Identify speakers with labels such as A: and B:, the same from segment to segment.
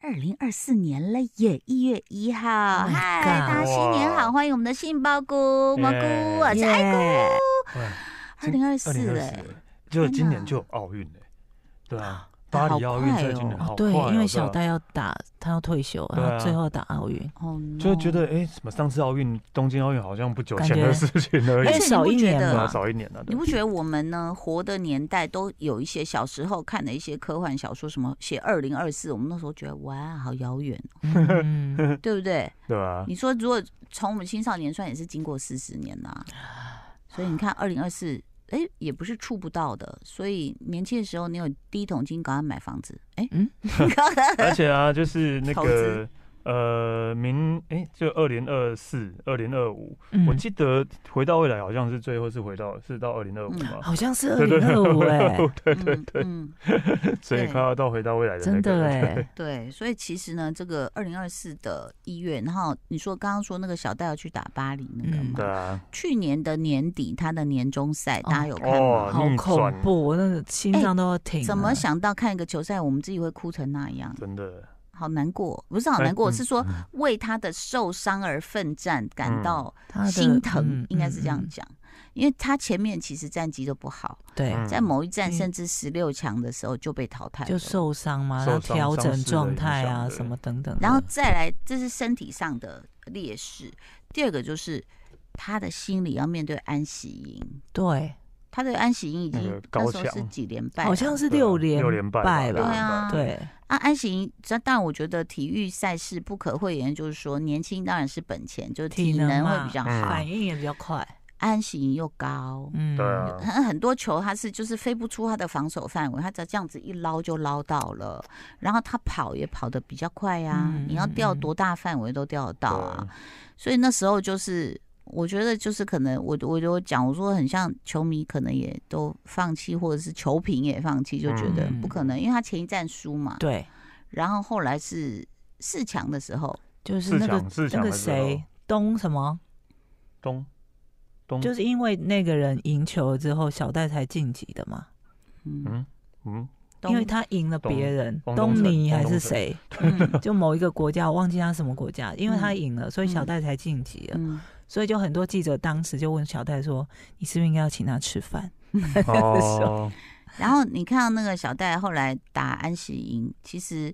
A: 二零二四年了耶，一月一号，
B: Oh my
A: 嗨，
B: God
A: 大家新年好，
C: 哇
A: 欢迎我们的杏鲍菇蘑菇，我是爱
B: 耶哦
A: 菇。二
C: 今
A: 零二
C: 二
A: 四
C: 零二
A: 哎，
C: 四，就
A: 天
C: 今年
A: 哪
C: 就有奥运嘞，对啊，巴黎奥运
A: 快
C: 在今年
A: 哦
C: 好快
B: 对
C: 哦，，
B: 因为
C: 啊
B: 小戴要打，他要退休，
C: 对
B: 然后
C: 啊
B: 最后打奥运，
A: 哦
C: 就会觉
A: no
C: 得哎，什么上次奥运、东京奥运好像不久
B: 感
C: 前
B: 觉
C: 的事情而
B: 而
C: 已
A: 哎
B: 且，
A: 且
B: 少
A: 你
B: 一
A: 不觉
B: 年
A: 得
C: 对啊
B: 嘛，
C: 少一年了。
A: 你
C: 对
A: 不觉得我们呢活的年代都有一些小时候看的一些科幻小说，什么写二零二四，我们那时候觉得哇，好遥远，
B: 嗯，
A: 对不对？
C: 对啊吧？
A: 你说如果从我们青少年算，也是经过四十年啦、所以你看二零二四，哎，也不是触不到的。所以年轻的时候，你有第一桶金，赶快买房子，哎，
B: 嗯
C: 而且啊，就是那
A: 投
C: 个
A: 资
C: 呃，明哎，就二零二四、二零二五，
B: 嗯
C: 我记得回到未来好像是最后是回到是到二零二五嘛，
B: 好像是二
C: 对对
B: 零
C: 对
B: 二 五哎，
A: 对对对，嗯，
C: 所以
A: 对
C: 快要到回到未来的那
B: 真
C: 个
B: 的
C: 了。
B: 哎，
A: 对。所以其实呢，这个二零二四的一月，然后你说刚刚说那个小戴要去打巴黎那个
B: 嗯
A: 嘛，
C: 对啊，
A: 去年的年底他的年终赛，
B: 哦
A: 大家有看
C: 哦
A: 吗？
B: 好
C: 逆
B: 恐
C: 转
B: 怖，我那个心脏都要啊停了。
A: 怎么想到看一个球赛，我们自己会哭成那样？
C: 真的
A: 好难过，不是好难过，
C: 哎嗯
A: 是说
C: 嗯
A: 为他的受伤而奋战感
C: 嗯
A: 到
B: 他的
A: 心疼
B: 嗯，
A: 应该是这样
B: 嗯
A: 讲，因为他前面其实战绩都不好，
B: 嗯对，
C: 嗯
A: 在某一站
B: 嗯
A: 甚至十六强的时候就被淘汰了，
B: 就受伤嘛，
C: 受
B: 然后
C: 伤
B: 调
C: 伤
B: 整
C: 势的
B: 状
C: 影
B: 态
C: 响
B: 啊，
C: 对
B: 什么等等的。
A: 然后再来，这是身体上的劣势。第二个就是他的心理要面对安喜莹，
B: 对，
A: 他对安喜莹已
C: 那
A: 经
C: 个高
A: 那时候是
C: 墙
A: 几连败啊，
B: 好像是
C: 对啊
B: 六
C: 六连败吧
B: 败
A: 对
B: 吧？
A: 啊，
B: 对，
A: 啊，安行，这但我觉得体育赛事不可讳言，就是说年轻当然是本钱，就是体能会比较
C: 嗯
A: 好。
B: 反应也比较快。
A: 安行又高，
B: 嗯，
C: 对啊，
A: 很很多球他是就是飞不出他的防守范围，他只要这样子一捞就捞到了，然后他跑也跑得比较快呀、
B: 嗯
A: 你要掉
B: 嗯嗯
A: 多大范围都掉得到
C: 对
A: 啊。所以那时候就是，我觉得就是可能我我就讲，我说很像球迷可能也都放弃，或者是球评也放弃，就觉得
B: 嗯
A: 不可能，因为他前一站输嘛。
B: 对，
A: 然后后来是四强的时候，
B: 就是
C: 四
B: 那个
C: 强四
B: 那
C: 强
B: 个
C: 的时候
B: 谁东什么，
C: 东东
B: 就是因为那个人赢球之后，小戴才晋级的嘛，
A: 嗯，
C: 嗯 嗯
B: 因为
A: 东
B: 他赢了别人，
C: 东东
B: 东尼
C: 城
B: 还
C: 东
B: 是
C: 东城
B: 谁，
A: 嗯
B: 就某一个国家，我忘记他什么国家，因为他赢了，所以小
A: 嗯
B: 戴才晋级了。
A: 嗯，
B: 所以就很多记者当时就问小戴说：“你是不是应该要请他吃饭
C: 哦，
A: 然后你看到那个小戴后来打安喜赢，其实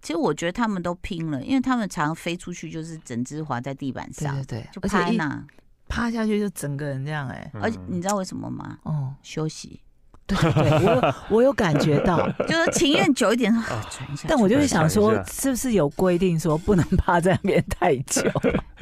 A: 其实我觉得他们都拼了，因为他们常飞出去就是整只滑在地板？”上，
B: 对
A: 就
B: 而
A: 拍
B: 且一
C: 嗯
A: 那，
B: 趴下去就整个人这样哎、
A: 而且你
C: 知
A: 知道为什么吗？
B: 哦，
A: 休息，
B: 对对对，我 有我有感觉 到，
A: 就是情愿久一点， 说
C: 啊
A: 啊喘一下。
B: 但我就是
A: 喘一下
B: 想说
C: 想，一下
B: 是不是有规定说不能趴在那边太 久？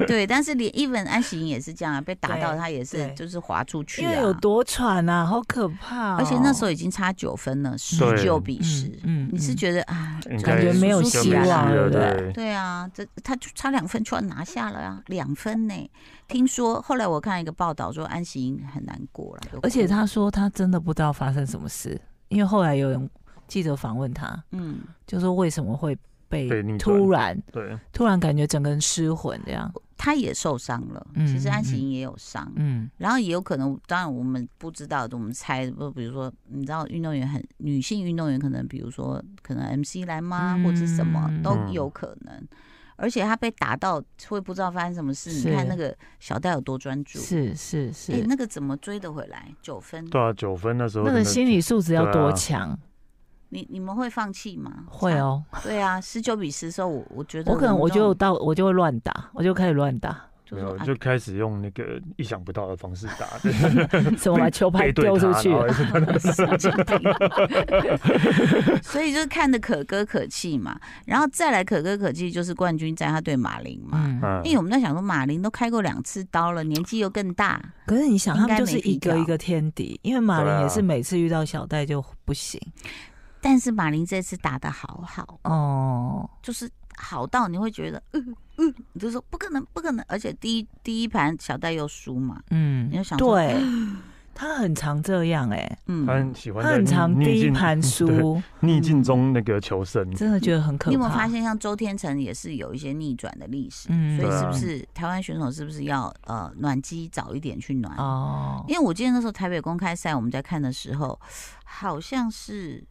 A: 对，但是连 even 安喜莹也是这样啊，被打到
B: 对
A: 他也是
B: 对
A: 就是滑出去
B: 因为
A: 啊，
B: 有多喘啊，好可怕、
A: 而且那时
B: 候
A: 候已经差九分了，十
C: 对
A: 九比十，
B: 嗯
A: 你是觉得啊，
C: 应
B: 感觉
C: 该
B: 没有
A: 输
C: 就
B: 希
A: 起来
C: 没
A: 了
B: 望
C: 戏
B: 了
C: 了，
B: 对
C: 对，
A: 对啊，这他就差两分就要拿下了啊，两分呢。听说后来我看一个报道说安喜莹很难过了，有
B: 而且
A: 哭
C: 嗯
B: 他说他真的不知道发生什么事，因为后来有人记者访问他，
A: 嗯，
B: 就说为什么会被
C: 被逆转
B: 突然
C: 对，
B: 突然感觉整个人失魂这样，
A: 他也受伤了，
B: 嗯
A: 其实安喜
B: 嗯
A: 莹也有伤，
B: 嗯，
A: 然后也有可能，当然我们不知道，我们猜不，比如说你知道运动员很女性运动员可能，比如说可能 MC 来吗，
B: 嗯
A: 或者什么
B: 嗯
A: 都有可能。而且他被打到会不知道发生什么事，
B: 是
A: 你看那个小戴有多专注，
B: 是是
A: 哎
B: 是，，
A: 那个怎么追得回来？九分，
C: 对啊，九分那时候
B: 那个
C: 真的
B: 心理素质要
C: 对啊
B: 多强？
A: 你你们会放弃吗？
B: 会哦，
A: 对啊，十九比十的时候，我我觉得
B: 我可能我
A: 们这种
B: 就到我就会乱打，我就开始乱 打，
A: 就
C: 没
A: 是说
C: 有
A: 啊
C: 就开始用那个意想不到的方式打，对
B: 什 么把球拍
C: 背对
B: 丢出
C: 他
B: 去，啊
C: 然后一直在那 边
A: 所以就是看的可歌可泣嘛。然后再来可歌可泣就是冠军战，他对马林嘛。
B: 嗯，
C: 嗯
A: 因为我们在想说，马林都开过两次刀了，年纪又更大，
B: 可是你想，
A: 应
B: 他们
A: 该
B: 就是
A: 没
B: 一
A: 必
B: 个
A: 要
B: 一个天敌，因为马
C: 对
B: 林
C: 啊
B: 也是每次遇到小戴就不行
A: 但是马林这次打的好好，
B: 哦。
A: 就是好到你会觉得，嗯嗯，你就说不可能，不可能。而且第一第一盘小戴又输嘛，
B: 嗯
A: 你就想说哎
B: 对，他很常这样哎，
C: 他
A: 嗯，
C: 很喜欢
B: 他
C: 在
B: 很常
C: 逆
B: 第一
C: 境
B: 盘嗯
C: 对
B: 输，
C: 逆境中那个求生，
B: 真的觉得很可怕。
A: 你有没有发？现，像周天成也是有一些逆转的历史？
B: 嗯，
A: 所以
C: 对
A: 是
C: 啊
A: 不是台湾选手是不是要呃暖机早一点去暖？
B: 哦，
A: 因为我记得那时候台北公开赛我们在看的时候，好像是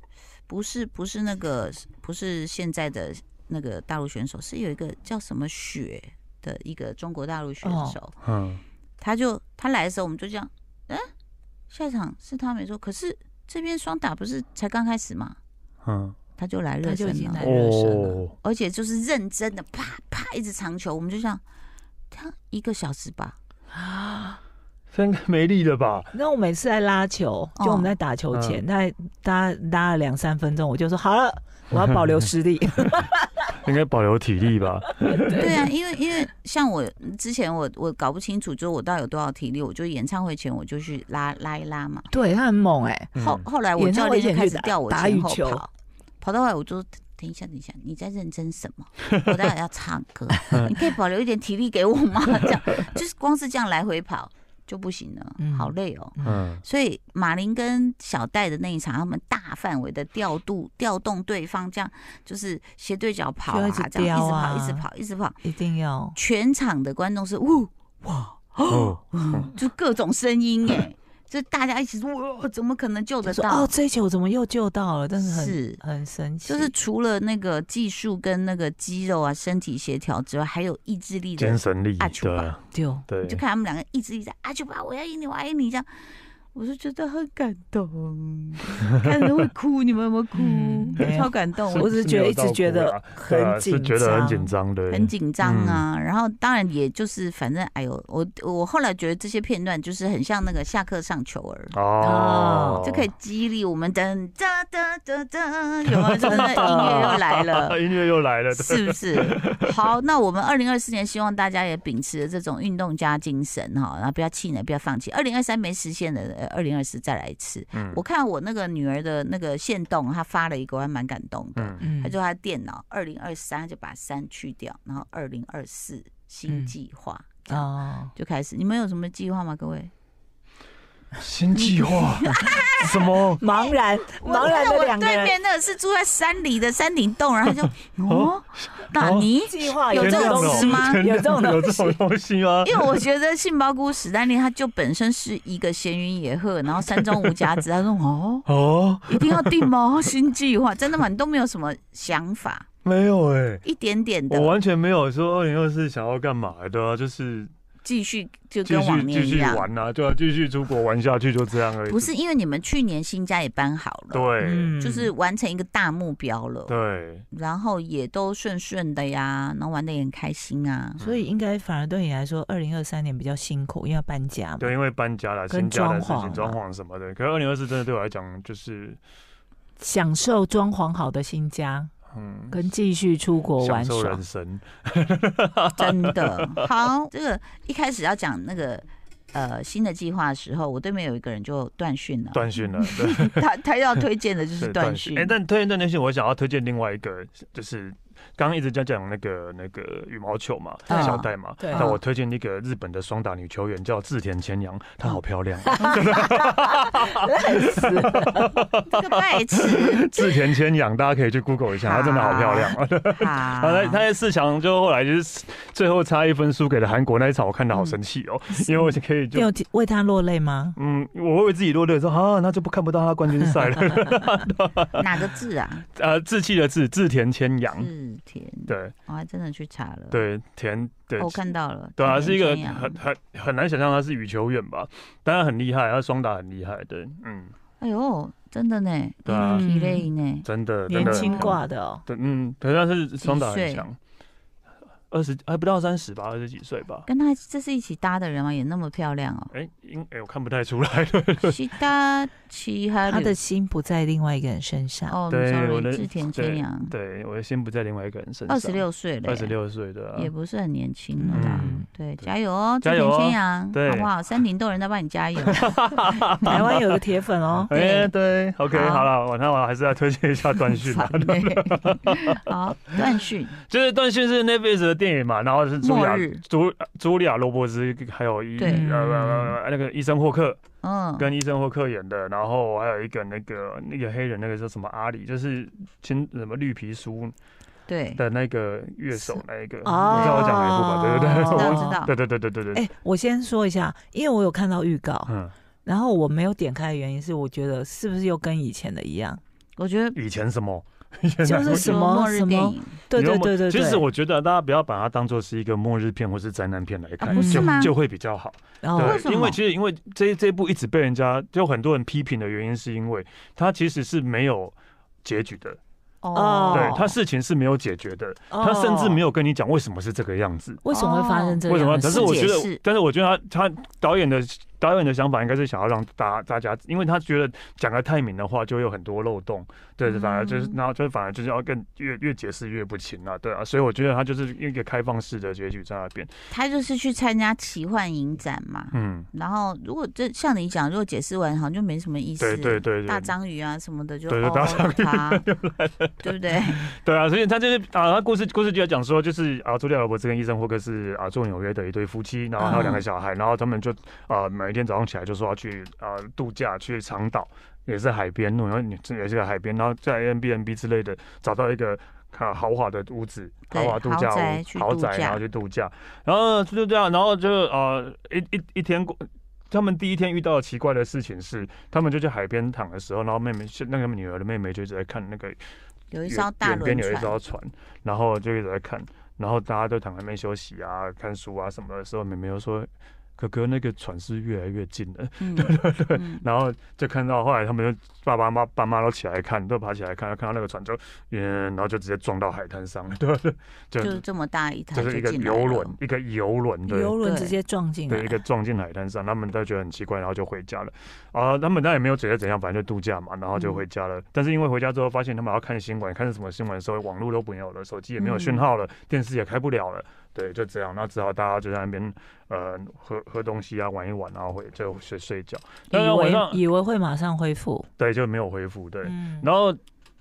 A: 不是不是那个不是现在的那个大陆选手，是有一个叫什么雪的一个中国大陆选
B: 哦
A: 手，
C: 嗯，
A: 他就他来的时候，我们就这样，嗯、下一场是他没错，可是这边双打不是才刚开始嘛，
C: 嗯，
A: 他就来热
B: 他就已
A: 身
B: 经来
A: 了，
B: 热身了
C: 哦，
A: 而且就是认真的啪啪一直长球，我们就这样，他一个小时吧，
B: 啊。
C: 这应该没力了吧？
B: 那我每次在拉球，
A: 哦
B: 就我们在打球前，
C: 嗯
B: 那大家拉了两三分钟，我就说好了， 我要保留实力。
C: 应该保留体力吧？
A: 对啊，因为因为像我之前我我搞不清楚，就是我到底有多少体力，我就演唱会前我就去拉拉一拉嘛。
B: 对他很猛哎、
A: 后
C: 嗯
A: 后来我
B: 演唱
A: 教
B: 会
A: 练就
B: 前
A: 开
B: 去
A: 始
B: 打
A: 调我
B: 打
A: 前
B: 羽
A: 后
B: 球
A: 跑，跑到后来我就说等一下等一下，你在认真什么？我待会要唱歌，你 可以保留一点体力给我吗？这样就是光是这样来回跑就不行了，
B: 嗯
A: 好累哦。
C: 嗯，
A: 所以马林跟小戴的那一场，他们大范围的调度调动对方，这样就是斜对角跑
B: 就
A: 啊
B: 一直，
A: 这样
B: 飙啊
A: 一直跑，一直跑，一直跑，
B: 一定要
A: 全场的观众是呜哇，
C: 哦，
A: 就各种声音哎，就大家一起说哇，怎么可能救得
B: 说
A: 到？
B: 哦，这一球怎么又救到了？但是很
A: 是
B: 很神奇，
A: 就是除了那个技术跟那个肌肉啊、身体协调之外，还有意志力的
C: 精。神力，
A: 啊出
C: 对
A: 吧
B: 就
A: 你就
C: 对，
A: 看他们两个一直一直啊，就吧，我要赢你，我要赢你这样，我就觉得很感动， 看着会哭，你们有没有哭？
B: 嗯没有
A: 超感动，
C: 是
A: 我
B: 我只是觉得一直觉得
C: 对啊，
B: 很
C: 是
B: 紧
C: 觉
B: 张，
C: 得很紧张的，
A: 很紧张啊。
C: 嗯
A: 然后当然也就是反正哎呦，我我后来觉得这些片段就是很像那个下课上球儿。
C: 哦
B: 哦，
A: 就可 以激励我们，噔哒哒哒哒，有没有？就是那个音乐又来 了，
C: 啊音乐又来了，哎对
A: 是不是？好，那我们二零二四年希望大家也秉持着这种运动家精神哈，然后不要气馁，不要放弃。二零二三没实现的，呃二零二四再来一次。
C: 嗯
A: 我看我那个女儿的那个线动，她发了一个，我还蛮感动的。
C: 嗯，
B: 嗯
A: 她就她电脑二零二三就把三去掉，然后二零二四新
B: 嗯
A: 计划、
B: 哦，
A: 就开始。你们有什么计划吗？各位？
C: 新 计划什么？
B: 茫然茫然的两个
A: 哎我对
B: 人
A: 面那个是住在山里的山顶洞，然后她就哦，纳尼？
B: 计划
A: 有
B: 啊有哦
A: 这
B: 这
A: 种
B: 种
A: 东
B: 东
A: 西
B: 西
A: 吗
B: 有这种 东
C: 有这种
B: 西，
C: 东西吗？
A: 因为我觉得杏鲍菇史丹利他就本身是一个闲云野鹤，然后山中无甲子。他说哦，
C: 哦，
A: 一定要定吗？新计划真的吗？你都没有什么想法，
C: 没有哎，
A: 一点点
C: 我
A: 的
C: 完全没有说二零二四想要干嘛的啊，就是
A: 继续就
C: 继
A: 跟
C: 续
A: 往年
C: 继
A: 一
C: 续
A: 样，
C: 玩啊，对啊，继续出国玩下去，就这样而已。
A: 不是嗯因为你们去年新家也搬好了，
C: 对
B: 嗯
A: 就是完成一个大目标了，
C: 嗯对，
A: 然后也都顺顺的呀，然后玩的也很开心啊。
B: 所以应该反而对你来说，二零二三年比较辛苦，因为要搬家嘛。
C: 对，因为搬家了，
B: 跟
C: 新家的事
A: 啊
C: 情、
B: 装
C: 装
B: 潢
C: 潢什么的。可是二零二四真的对我来讲，就是
B: 享受装潢好的新家，
C: 嗯，
B: 跟继续出国
C: 享
B: 玩
C: 受
B: 耍
C: 人。生。
A: 真的好。这个一开始要讲那个呃新的计划的时候，我对面有一个人就断讯了，
C: 断讯了，对，
A: 他他要推荐的就是
C: 对
A: 断讯。
C: 哎、但推荐断讯，我想要推荐另外一个，就是刚刚一直在讲那个那个羽毛球嘛，
B: 嗯
C: 小戴嘛。
B: 对
C: 那我推荐一个日本的双打女球员叫志田千阳，她好漂亮。
B: 累死了
A: 这个白 痴
C: 志田千阳，大家可以去 Google 一下， 她真的好漂亮。
A: 啊！
C: 她在她在四强就后来就是最后差一分输给了韩国那一场，我看的好生气哦，因为我可以就
B: 你有替为他落泪吗？
C: 嗯，我会为自己落泪说啊，那就不看不到他冠军赛了。
A: 哪个字 啊？
C: 呃，志气的志，志田千阳，
A: 是田，
C: 对
A: 我还真的去查了。
C: 对，田对
A: 哦，我看到了。
C: 对啊，
A: 田
C: 是一个
A: 中央
C: 很很很难想象他是羽球员吧，但他很厉害，他双打很厉害，对，嗯，
A: 哎呦，真的呢，
C: 对啊，
B: 嗯
A: 体累呢。
C: 真的真
B: 年
C: 的很
B: 轻
C: 漂亮，
B: 挂的哦，
C: 对，嗯，可是他是双打
A: 几
C: 很
A: 岁
C: 强，二十还不到三十吧，二十几岁吧，。
A: 跟他这是一起搭的人吗？也那么漂亮哦
C: 哎，应哎我看不太出来，
A: 西达奇哈
B: 他
A: 鲁
B: 的心不在另外一个人身上。
A: 哦
C: 对我的
A: ，sorry，志田千阳，
C: 对，我的心不在另外一个人身上，
A: 二十，六岁了，
C: 二十，六岁的啊，
A: 也不是很年轻了啦。
C: 嗯，
A: 对，加油哦，志
C: 加油
A: 田
C: 哦
A: 千阳，
C: 对，
A: 好不好？山顶洞人在帮你加油。
B: 台湾有个铁粉哦
C: 哎，对，OK，
A: 好
C: 好了，晚上我还是要推荐一下 断讯啦
A: 烦。欸 好，断讯，
C: 就是断讯是 Netflix 的电影嘛，然后是茱莉
A: 末
C: 亚
A: 日，
C: 茱茱莉亚罗伯兹，还有一
A: 对
C: 呃呃呃那个医生霍克
B: 啊
A: 嗯，
C: 跟医生霍克演的，然后还有一个那个那个黑人那个叫什么阿里，就是青什么绿皮书
A: 对，
C: 的那个乐手
B: 是
C: 那一个，你知
B: 哦
C: 道我讲哪一部吧？对对
A: 知
C: 对
A: 道
C: 我，
A: 知道，
C: 对对对对对对，
B: 哎，我先说一下，因为我有看到预告，
C: 嗯，
B: 然后我没有点开的原因是，我觉得是不是又跟以前的一样？
A: 我觉得
C: 以前什么
B: 就是什么
A: 末日
B: 什么
A: 电影
B: 对
C: 你知
B: 对
C: 道吗
B: 对对对，
C: 其实我觉得大家不要把它当做是一个末日片或是灾难片来看，
A: 啊不
B: 是
C: 就
A: 吗
C: 就会比较好。
B: 哦
A: 为什
C: 对，
A: 么
C: 因为其实因为这这一部一直被人家就很多人批评的原因，是因为它其实是没有结局的，
A: 哦，
C: 对，它事情是没有解决的，
B: 哦
C: 它甚至没有跟你讲为什么是这个样子。
B: 为什么会发生这
C: 为什
B: 样
C: 么？
B: 的事
C: 可
B: 情，
C: 是我觉
A: 解释
C: 得，但是我觉得他他导演的导演的想法应该是想要让大大家，因为他觉得讲的太明的话就会有很多漏洞，对，
A: 嗯
C: 反而就是然后就反而就是要更越越解释越不清啊，对啊，所以我觉得他就是一个开放式的结局在那边，
A: 他就是去参加奇幻影展嘛。
C: 嗯，
A: 然后如果这像你讲，如果解释完好像就没什么意思。
C: 对对对对，
A: 大章鱼啊什么的就
C: 对对
A: 哦
C: 大
A: 它，对不对？
C: 对啊，所以他就是啊，他故事故事就在讲说，就是啊，茱莉亚·罗伯茨跟伊森霍克是啊，住纽约的一对夫妻，然后还有两
A: 嗯
C: 个小孩，然后他们就啊，每一天早上起来就说要去啊度假，去长岛，也是海边，然后你这也是个海边，然后在 a m b n b 之类的找到一个。啊，豪华的屋子，豪
A: 对
C: 华度假
A: 豪宅
C: 屋，
A: 去
C: 豪
A: 度
C: 宅，
A: 假
C: 然后去度假，然后就这样，然后就呃一一一天过，他们第一天遇到的奇怪的事情是，他们就去海边躺的时候，然后妹妹，那个女儿的妹妹就一直在看那个
A: 有一
C: 远
A: 艘大
C: 远边
A: 轮
C: 有一
A: 船，
C: 艘船，然后就一直在看，然后大家都躺在那边休息啊、看书啊什么的时候，妹妹又说：“哥哥，那个船是越来越近了。
A: 嗯，嗯”
C: 然后就看到后来他们就爸爸妈妈爸妈都起来看，都爬起来看，看到那个船就嗯，然后就直接撞到海滩上了，对对， 就
A: 就是这么大一台
C: 就是一个
A: 进来
C: 游
A: 了
C: 轮，一个游轮对。
B: 游轮
A: 对
B: 直接撞进来
C: 对，一个撞进海滩上，他们都觉得很奇怪，然后就回家了。啊、他们那也没有觉得怎样，反正就度假嘛，然
B: 嗯
C: 后就回家了。但是因为回家之后发现他们要看新闻，看什么新闻的时候，网络都没有了，手机也没有
B: 嗯
C: 讯号了，电视也开不了了。对，就这样，那只好大家就在那边呃喝喝东西啊，玩一玩，然后回就睡睡觉。
B: 以
C: 但是晚
B: 为
C: 上
B: 以为会马上恢复，
C: 对就没有恢复，对。
B: 嗯，
C: 然后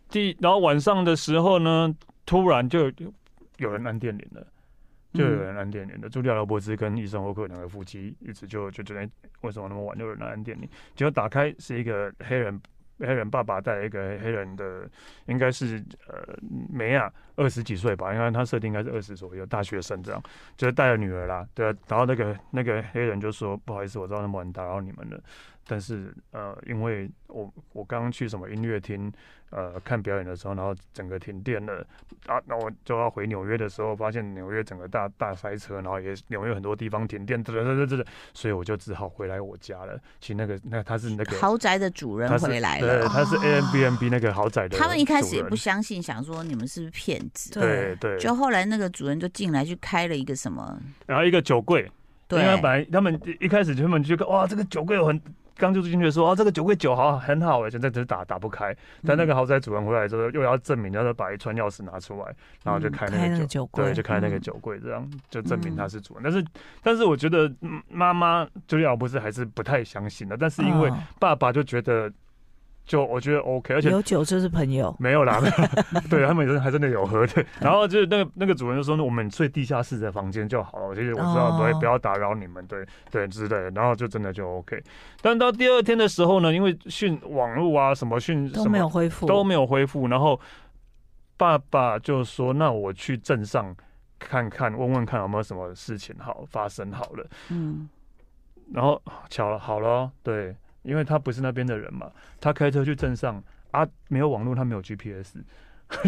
C: 第然后晚上的时候呢，突然就有有人按电铃了。就有人按电铃的。茱莉亚·罗伯兹跟医生霍克两个夫妻一直就就觉得哎为什么那么晚就有人按电铃，结果打开是一个黑人黑人爸爸带了一个黑人的，应该是呃梅亚二十几岁吧，应该他设定应该是二十左右大学生这样，就是带了女儿啦，对、啊，然后那个那个黑人就说不好意思，我知道那么晚打扰你们了。但是呃，因为我我刚刚去什么音乐厅，呃，看表演的时候，然后整个停电了，啊，那我就要回纽约的时候，发现纽约整个大大塞车，然后也纽约很多地方停电，对对对对，所以我就只好回来我家了。其实那个那他是那个
A: 豪宅的主人
C: 他是
A: 回来
C: 对，
A: 了。啊
C: 他是
B: 哦
C: A M B N B 那个豪宅的主人。
A: 他们一开始也不相信，想说你们是不是骗子？
C: 对对，
A: 就后来那个主人就进来去开了一个什么，
C: 然后一个酒柜，因
A: 对
C: 为，本来他们一一开始他们就看哇，这个酒柜很。刚就进去说啊，这个酒柜酒好很好哎，现在只是打打不开。但那个豪宅主人回来之后，又要证明，然后把一串钥匙拿出来，然后就
A: 嗯
C: 开
B: 开
C: 那
B: 那
C: 个
B: 个
C: 酒
B: 酒柜
C: 对，就开那个
A: 嗯
C: 酒柜，这样就证明他
A: 嗯
C: 是主人。但是，但是我觉得嗯妈妈茱莉亚不是还是不太相信的，但是因为
B: 嗯
C: 爸爸就觉得，就我觉得 OK，而且
B: 有酒就是朋友，
C: 没有啦，没有对他们真的还真的有喝 的。然后就是那个那个主人就说，那我们睡地下室的房间就好了，其实我知道不会
B: 哦
C: 不要打扰你们，对对之类的。然后就真的就 OK。但到第二天的时候呢，因为讯网络啊什么讯
B: 都
C: 什
B: 没
C: 么
B: 有恢复，
C: 都没有恢复，然后爸爸就说：“那我去镇上看看，问问看有没有什么事情好发生好了。
A: 嗯，”
C: 然后巧了，好了哦，对，因为他不是那边的人嘛，他开车去镇上啊，没有网络，他没有 GPS，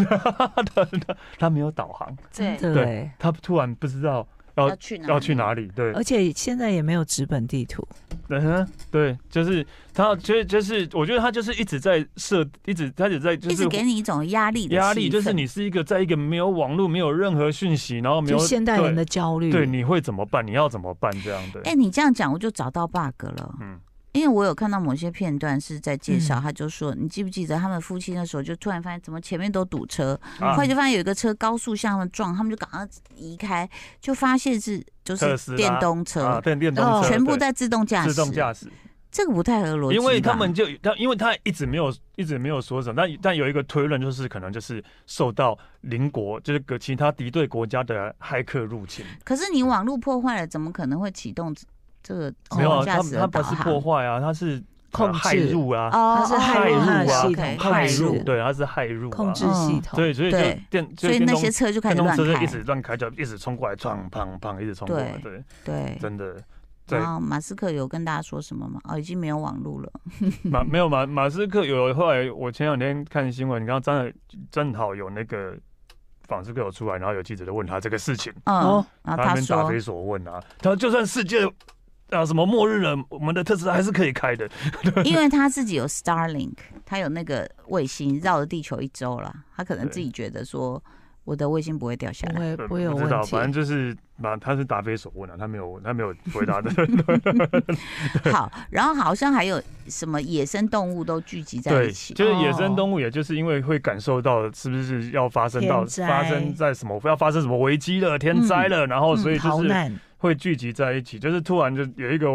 C: 他 他没有导航，
A: 对，
B: 对，
C: 他突然不知道
A: 要去哪？
C: 要去哪里，对，
B: 欸而且现在也没有纸本地图，
C: 嗯哼，对，就是他，就就是我觉得他就是一直在设，一直他一直在就
A: 一
C: 是
A: 直给你一种压力的
C: 压力
A: 气
C: 就是
A: 氛
C: 你是一个在一个没有网络、没有任何讯息，然后没
B: 就
C: 有
B: 现代人的焦虑，
C: 对对，你会怎么办？你要怎么办？这样的，
A: 哎、你这样讲我就找到 bug 了，
C: 嗯，
A: 因为我有看到某些片段是在介绍，
B: 嗯
A: 他就说，你记不记得他们夫妻那时候就突然发现怎么前面都堵车，
C: 啊
A: 后来就发现有一个车高速向他们撞，他们就赶快移开，就发现是就
C: 特
A: 是
C: 斯拉
A: 电动车，
C: 啊，电电动车
A: 哦全部
C: 对
A: 在自动驾驶，
C: 自动驾驶，
A: 这个不太合逻辑吧，
C: 因为他们就他，因为他一直没有一直没有说什么，但但有一个推论就是可能就是受到邻国就是个其他敌对国家的骇客入侵，
A: 可是你网络破坏了，怎么可能会启动这这个自
C: 没有
A: 动
C: 啊，
A: 驾
C: 他
A: 驶
C: 他
A: 的
C: 不
A: 导
C: 是
A: 航？
C: 破坏啊，他是
B: 控制
C: 骇入啊，
A: 哦，
B: 它是
A: 哦
B: 骇
C: 入啊
A: 哦
C: 系
B: 统
A: OK，
B: 控
C: 骇
B: 制
C: 入，对，他是骇入啊
B: 控制系统，
C: 对，所以就
A: 对
C: 电，就
A: 所以
C: 电
A: 那
C: 动
A: 些车就开始
C: 电动
A: 乱
C: 车就
A: 开
C: 一，直乱开，就一直冲过来，撞砰砰，一直冲过来，对，
A: 对，
C: 真的。在
A: 然后马斯克有跟大家说什么吗？哦，已经没有网路了。
C: 马没有马马斯克有后来，我前两天看新闻，你刚刚真的正好有那个马斯克有出来，然后有记者就问他这个事情，
A: 嗯，
B: 哦
A: 然后
C: 那
A: 他
C: 边答
A: 说
C: 非所问啊，他说就算世界啊什么末日了，我们的特斯拉还是可以开的，
A: 因为他自己有 Starlink，他有那个卫星绕着地球一周啦，他可能
C: 对
A: 自己觉得说我的卫星不会掉下
B: 不
A: 来。
B: 会
C: 呃
B: 不会有
C: 知
B: 问
C: 道，
B: 题
C: 反。正就是马他是答非所问啊，他没有他没有回 答的，
A: 好，然后好像还有什么野生动物都聚集在
C: 对，
A: 一起。
B: 哦
C: 就是野生动物，也就是因为会感受到是不是要发生到
B: 天灾嗯
C: 发生在什么要发生什么危机了、天灾了，然后所以
B: 逃
C: 就是
B: 难，
C: 会聚集在一起，就是突然就有一个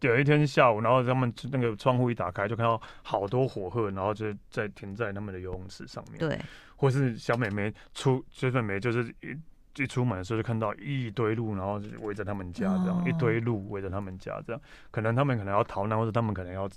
C: 有一天下午，然后他们那个窗户一打开，就看到好多火鹤，然后就在停在他们的游泳池上面，，
A: 对，
C: 或是小美眉出小美眉就是一一出门的时候就看到一堆鹿，然后就围着他们家这样，
B: 哦
C: 一堆鹿围着他们家这样，可能他们可能要逃难，或者他们可能要。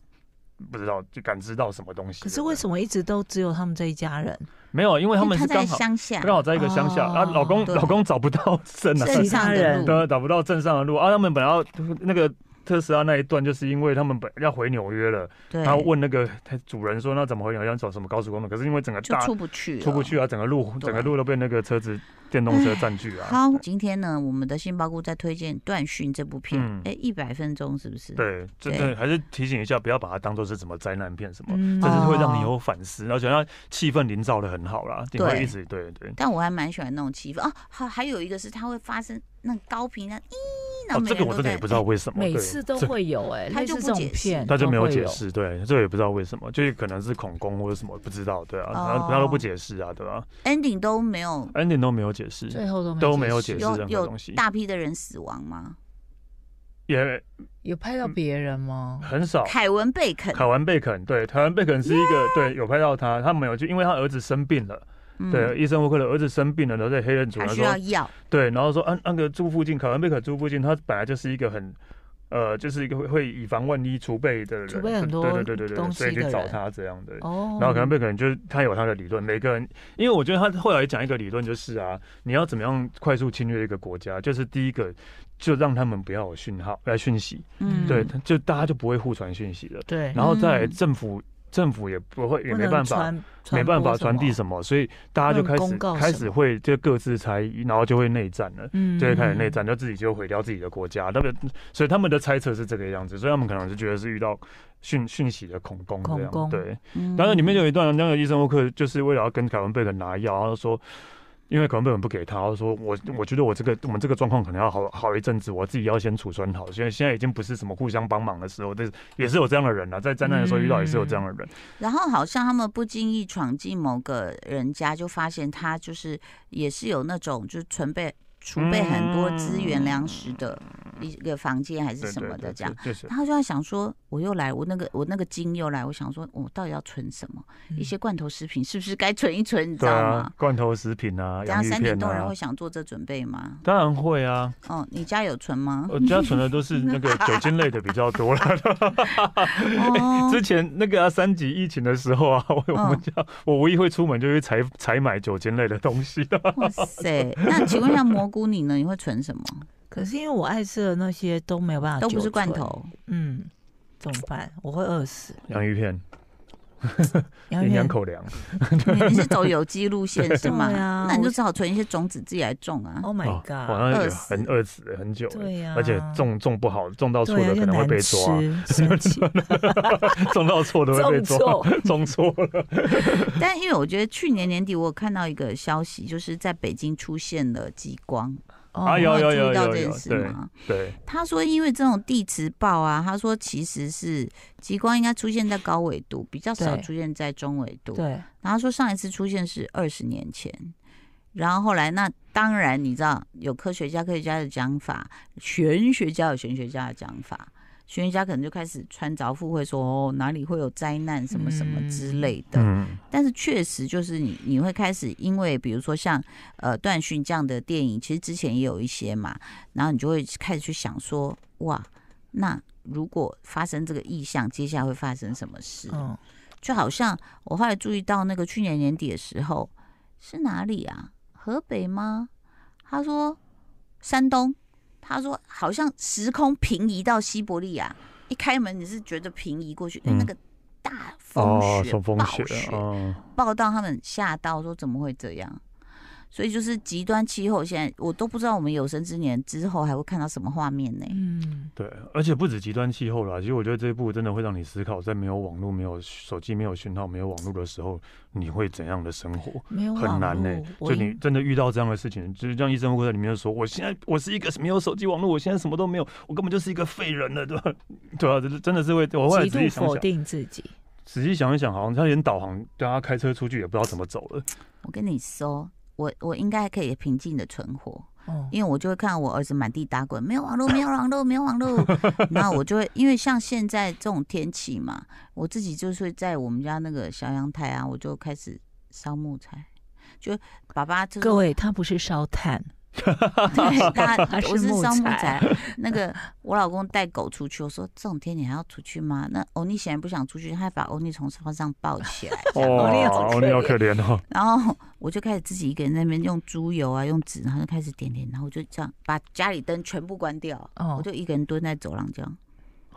C: 不知道，就感知到什么东西了。
B: 可是为什么一直都只有他们这一家人？
C: 没有？因为他
A: 因为
C: 们
A: 他
C: 是
A: 在
C: 刚好
A: 乡下，
C: 刚好在一个乡下，
B: 哦
C: 啊，老公
A: 对
C: 老公找不到啊真的。
A: 镇
B: 其他
A: 上的
B: 人
A: 路
C: 对，找不到镇上的路啊。他们本来要那个特斯拉那一段，就是因为他们本要回纽约了，
A: 对，
C: 他问那个他主人说那怎么回纽约，要走什么高速公路？可是因为整个
A: 就
C: 大
A: 出不去了，
C: 出不去啊，整个路
A: 对
C: 整个路都被那个车子电动车占据啊。
A: 好，今天呢，我们的杏鲍菇在推荐《断讯》这部片
C: 嗯，
A: 哎、一百分钟是不是？，
C: 对，真的还是提醒一下，不要把它当做是什么灾难片什么，
B: 嗯
C: 哦这是会让你有反思，而且让气氛营造的很好啦。你
A: 对
C: 会一直对对。
A: 但我还蛮喜欢那种气氛啊。好，还有一个是它会发生那种高频的，咦，然后，
C: 哦
A: 每
C: 这
A: 个
C: 个
A: 人
C: 我
A: 都
C: 真的
A: 在
C: 也不知道为什么，
B: 每
C: 对
B: 次都
C: 这
B: 会有哎、
A: 他
B: 类
A: 就
B: 似
A: 不
B: 这种
A: 解释
B: 片
C: 他就没有
B: 哦都会
C: 解释，对，这也不知道为什么，就是可能是恐攻或者什么，不知道，对啊，然后他都不解释啊，对吧、
A: ending 都没有，
C: 啊、？ending 都没有解释，
B: 最后都
C: 都没有
B: 释
C: 解释
A: 有
C: 任何
A: 有
C: 东西，
A: 大批的人死亡吗？
C: 也
B: 有拍
C: 嗯
B: 到别人吗？
C: 很少。
A: 凯文贝肯，
C: 哦凯文贝肯，对，凯文贝肯是一个对，有拍到他，他没有就因为他儿子生病了，
A: 嗯
C: 对，，医生沃克的儿子生病了，然后在黑人主
A: 他
C: 人
A: 需要
C: 说，
A: 药，
C: 对，然后说，嗯、那个住附近，凯文贝肯住附近，他本来就是一个很。呃，就是一个会会以防万一储备的人，
B: 储备很多
C: 对对对对对对，
B: 东
C: 所以
B: 西的
C: 去找
B: 人
C: 他这样的。
B: 哦，
C: 然后可能贝可能就是他有他的理论，每个人，因为我觉得他后来讲一个理论就是啊，你要怎么样快速侵略一个国家，就是第一个就让他们不要有讯号来讯息，
A: 嗯，
C: 对，就大家就不会互传讯息了，
B: 对，
C: 然后再来
A: 嗯
C: 政府政府也不会
B: 哎
C: 也
B: 不
C: 没
B: 能
C: 办法。
B: 传
C: 没办法传递
B: 么，
C: 什么，所以大家就
B: 不
C: 开
B: 能
C: 始
B: 公告
C: 开
B: 什
C: 始
B: 么
C: 会就各自猜疑，然后就会内战了，
B: 嗯
C: 就会开始内。战，就自己就毁掉自己的国家。那个，所以他们的猜测是这个样子，所以他们可能就觉得是遇到讯讯息的恐攻
B: 恐
C: 这样，
B: 攻
C: 对。
A: 嗯
C: 当然里面就有一段，那个医生沃克就是为了要跟凯文贝肯拿药，然后说，因为凯文贝肯不给他，他说我我觉得我这个我们这个状况可能要好好一阵子，我自己要先储存好，现在现在已经不是什么互相帮忙的时候，这也是有这样的人了、在灾难的时候遇到也是有这样的人，
A: 然后好像他们不经意闯进某个人家，就发现他就是也是有那种就是储备储备很多资源粮食的一个房间还嗯是
C: 对
A: 什
C: 嗯对
A: 么的
C: 对，
A: 这样。
C: 就就是
A: 然后就在想说，我又来，我那个我那个金又来，我想说，我到底要存什么？
C: 嗯
A: 一些罐头食品是不是该存一存？你知
C: 对
A: 道
C: 啊
A: 吗？，
C: 罐头食品啊，
A: 等下
C: 洋芋
A: 山顶
C: 片
A: 洞人
C: 啊
A: 会，想做这准备 吗？
C: 当然会啊，
A: 哦，你家有存 吗？
C: 我家存的都 是那个酒精类的比较多了。
A: 哦，
C: 之前那个、啊、三级疫情的时候啊，我我们
A: 嗯
C: 家、我无意会出门就去采采买酒精类的东西的。
A: 哇塞！那请问一下蘑菇你呢？你会存什么？
B: 可是因为我爱吃的那些都没有
C: 啊
B: 办法，
A: 都不是罐，头。
B: 嗯，怎么办？我会饿死。
C: 洋芋片，
B: 洋芋
C: 营
B: 片
C: 养口粮。
A: 你你是走有机路线是吗？
B: 对啊
A: 那你就只好存一些种子自己来种啊。
B: ，Oh
C: 哦
B: my
C: 晚
B: god，
C: 上
A: 饿
C: 也
A: 死
C: 很饿死很久了，
B: 对呀，
C: 欸而且种种不好，种到错
B: 对
C: 的
B: 啊，
C: 可
B: 又
C: 能会
B: 难
C: 被
B: 吃
C: 抓，，
B: 生气
C: 种到错的会被
B: 种
C: 抓，
B: 错，
C: 种错 了。
A: 但因为我觉得去年年底我有看到一个消息，就是在北京出现了极光，
B: 哦
C: 哎呦有
A: 你
C: 有
A: 有注
C: 有
A: 意到
C: 有
A: 这件
C: 有
A: 事
C: 对
A: 吗？
C: 对，
A: 他说，因为这种地磁暴啊，他说其实是极光应该出现在高纬度，比较少
B: 对
A: 出现在中纬度。
B: 对，
A: 然后他说上一次出现是二十年前，然后后来那当然你知道有科学家科学家的讲法，玄学家有玄学家的讲法，玄学家可能就开始穿凿附会说哦哪里会有灾难什么什么之类的。
C: 嗯，
A: 但是确实就是你你会开始因为比如说像呃断讯这样的电影，其实之前也有一些嘛，然后你就会开始去想说哇，那如果发生这个意象，接下来会发生什么事？
B: 嗯，
A: 就好像我后来注意到那个去年年底的时候是哪里啊？河北吗？他说山东，他说好像时空平移到西伯利亚，一开门你是觉得平移过去，因
C: 嗯
A: 为那个大风
C: 哦，
A: 雪、
C: 受风
A: 暴
C: 雪哦，
A: 报道他们吓到说怎么会这样，所以就是极端气候，现在我都不知道我们有生之年之后还会看到什么画面呢、
B: 嗯，
C: 对，而且不止极端气候啦，其实我觉得这一部真的会让你思考，在没有网络、没有手机、没有讯号、没有网络的时候，你会怎样的生活？
B: 没有
C: 很难呢、欸
B: 呢。哦我
C: 就你
B: 应
C: 真的遇到这样的事情，就是像医生会在里面说，我现在我是一个没有手机网络，我现在什么都没有，我根本就是一个废人了，对吧？ 对啊，这真的是会，我后来
B: 极
C: 仔细
B: 度
C: 想
B: 否
C: 想，
B: 定自己，
C: 仔细想一想，好像他连导航，大家开车出去也不知道怎么走了。
A: 我跟你说，我我应该可以平静的存活，
B: 哦，
A: 因为我就会看到我儿子满地打滚，没有网络，没有网络，没有网络。 那我就会，因为像现在这种天气嘛，我自己就是会在我们家那个小阳台啊，我就开始烧木材。就爸爸就是
B: 各位，他不是烧炭，
A: 对，他
B: 还是
A: 我是
B: 木
A: 烧木
B: 材
A: 材。那个我老公带狗出去，我说这种天你还要出去吗？那欧尼显然不想出去，他还把欧尼从沙发上抱起来。
B: 你好可
C: 哦，你好可怜哦，
A: 然后 我就开始自己一个人在那边用猪油啊，用纸，然后就开始点点，然后我就这样把家里灯全部关掉，我
B: 哦，
A: 就一个人蹲在走廊这样。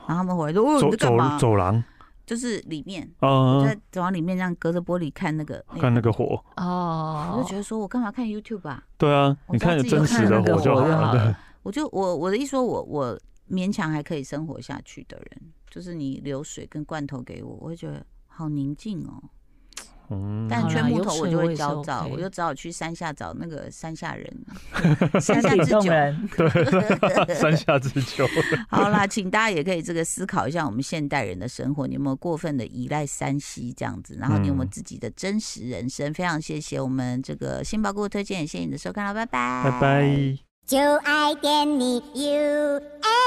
A: 然后他们回来说：“哦，你
C: 走
A: 在干
C: 走
A: 嘛？”
C: 走廊，
A: 就是里面，我
C: 嗯，
A: 在走廊里面这样隔着玻璃看那个，那个
C: 看那个火，
A: 我就
B: 哦
A: 觉，得说我干嘛看 YouTube 啊？
C: 对啊，
A: 我
C: 你
A: 知道
C: 看
A: 自己
C: 真
A: 有
C: 实
A: 看
C: 的
A: 那个
C: 火就
A: 火
C: 好
A: 就
B: 好
C: 了。对
B: 了
A: 我就我我的意思说我，我勉强还可以生活下去的人，就是你流水跟罐头给我，我会觉得好宁静哦。
C: 嗯，
A: 但
B: 好啦
A: 缺木头
B: 有水
A: 我就
B: 我
A: 会
B: 也是
A: 焦躁，
B: OK
A: 我就只好去山下找那个山下人。
B: 山
A: 下
B: 顶
A: 之
B: 洞
A: 久
B: 人，
C: 山下之久，
A: 好啦，请大家也可以这个思考一下我们现代人的生活，你有没有过分的依赖山西这样子？然后你有没有
C: 嗯
A: 自己的真实人生？非常谢谢我们这个新宝给我推荐，也谢谢你的收看了，拜拜，
C: 拜拜。
D: 就爱点你 UFO。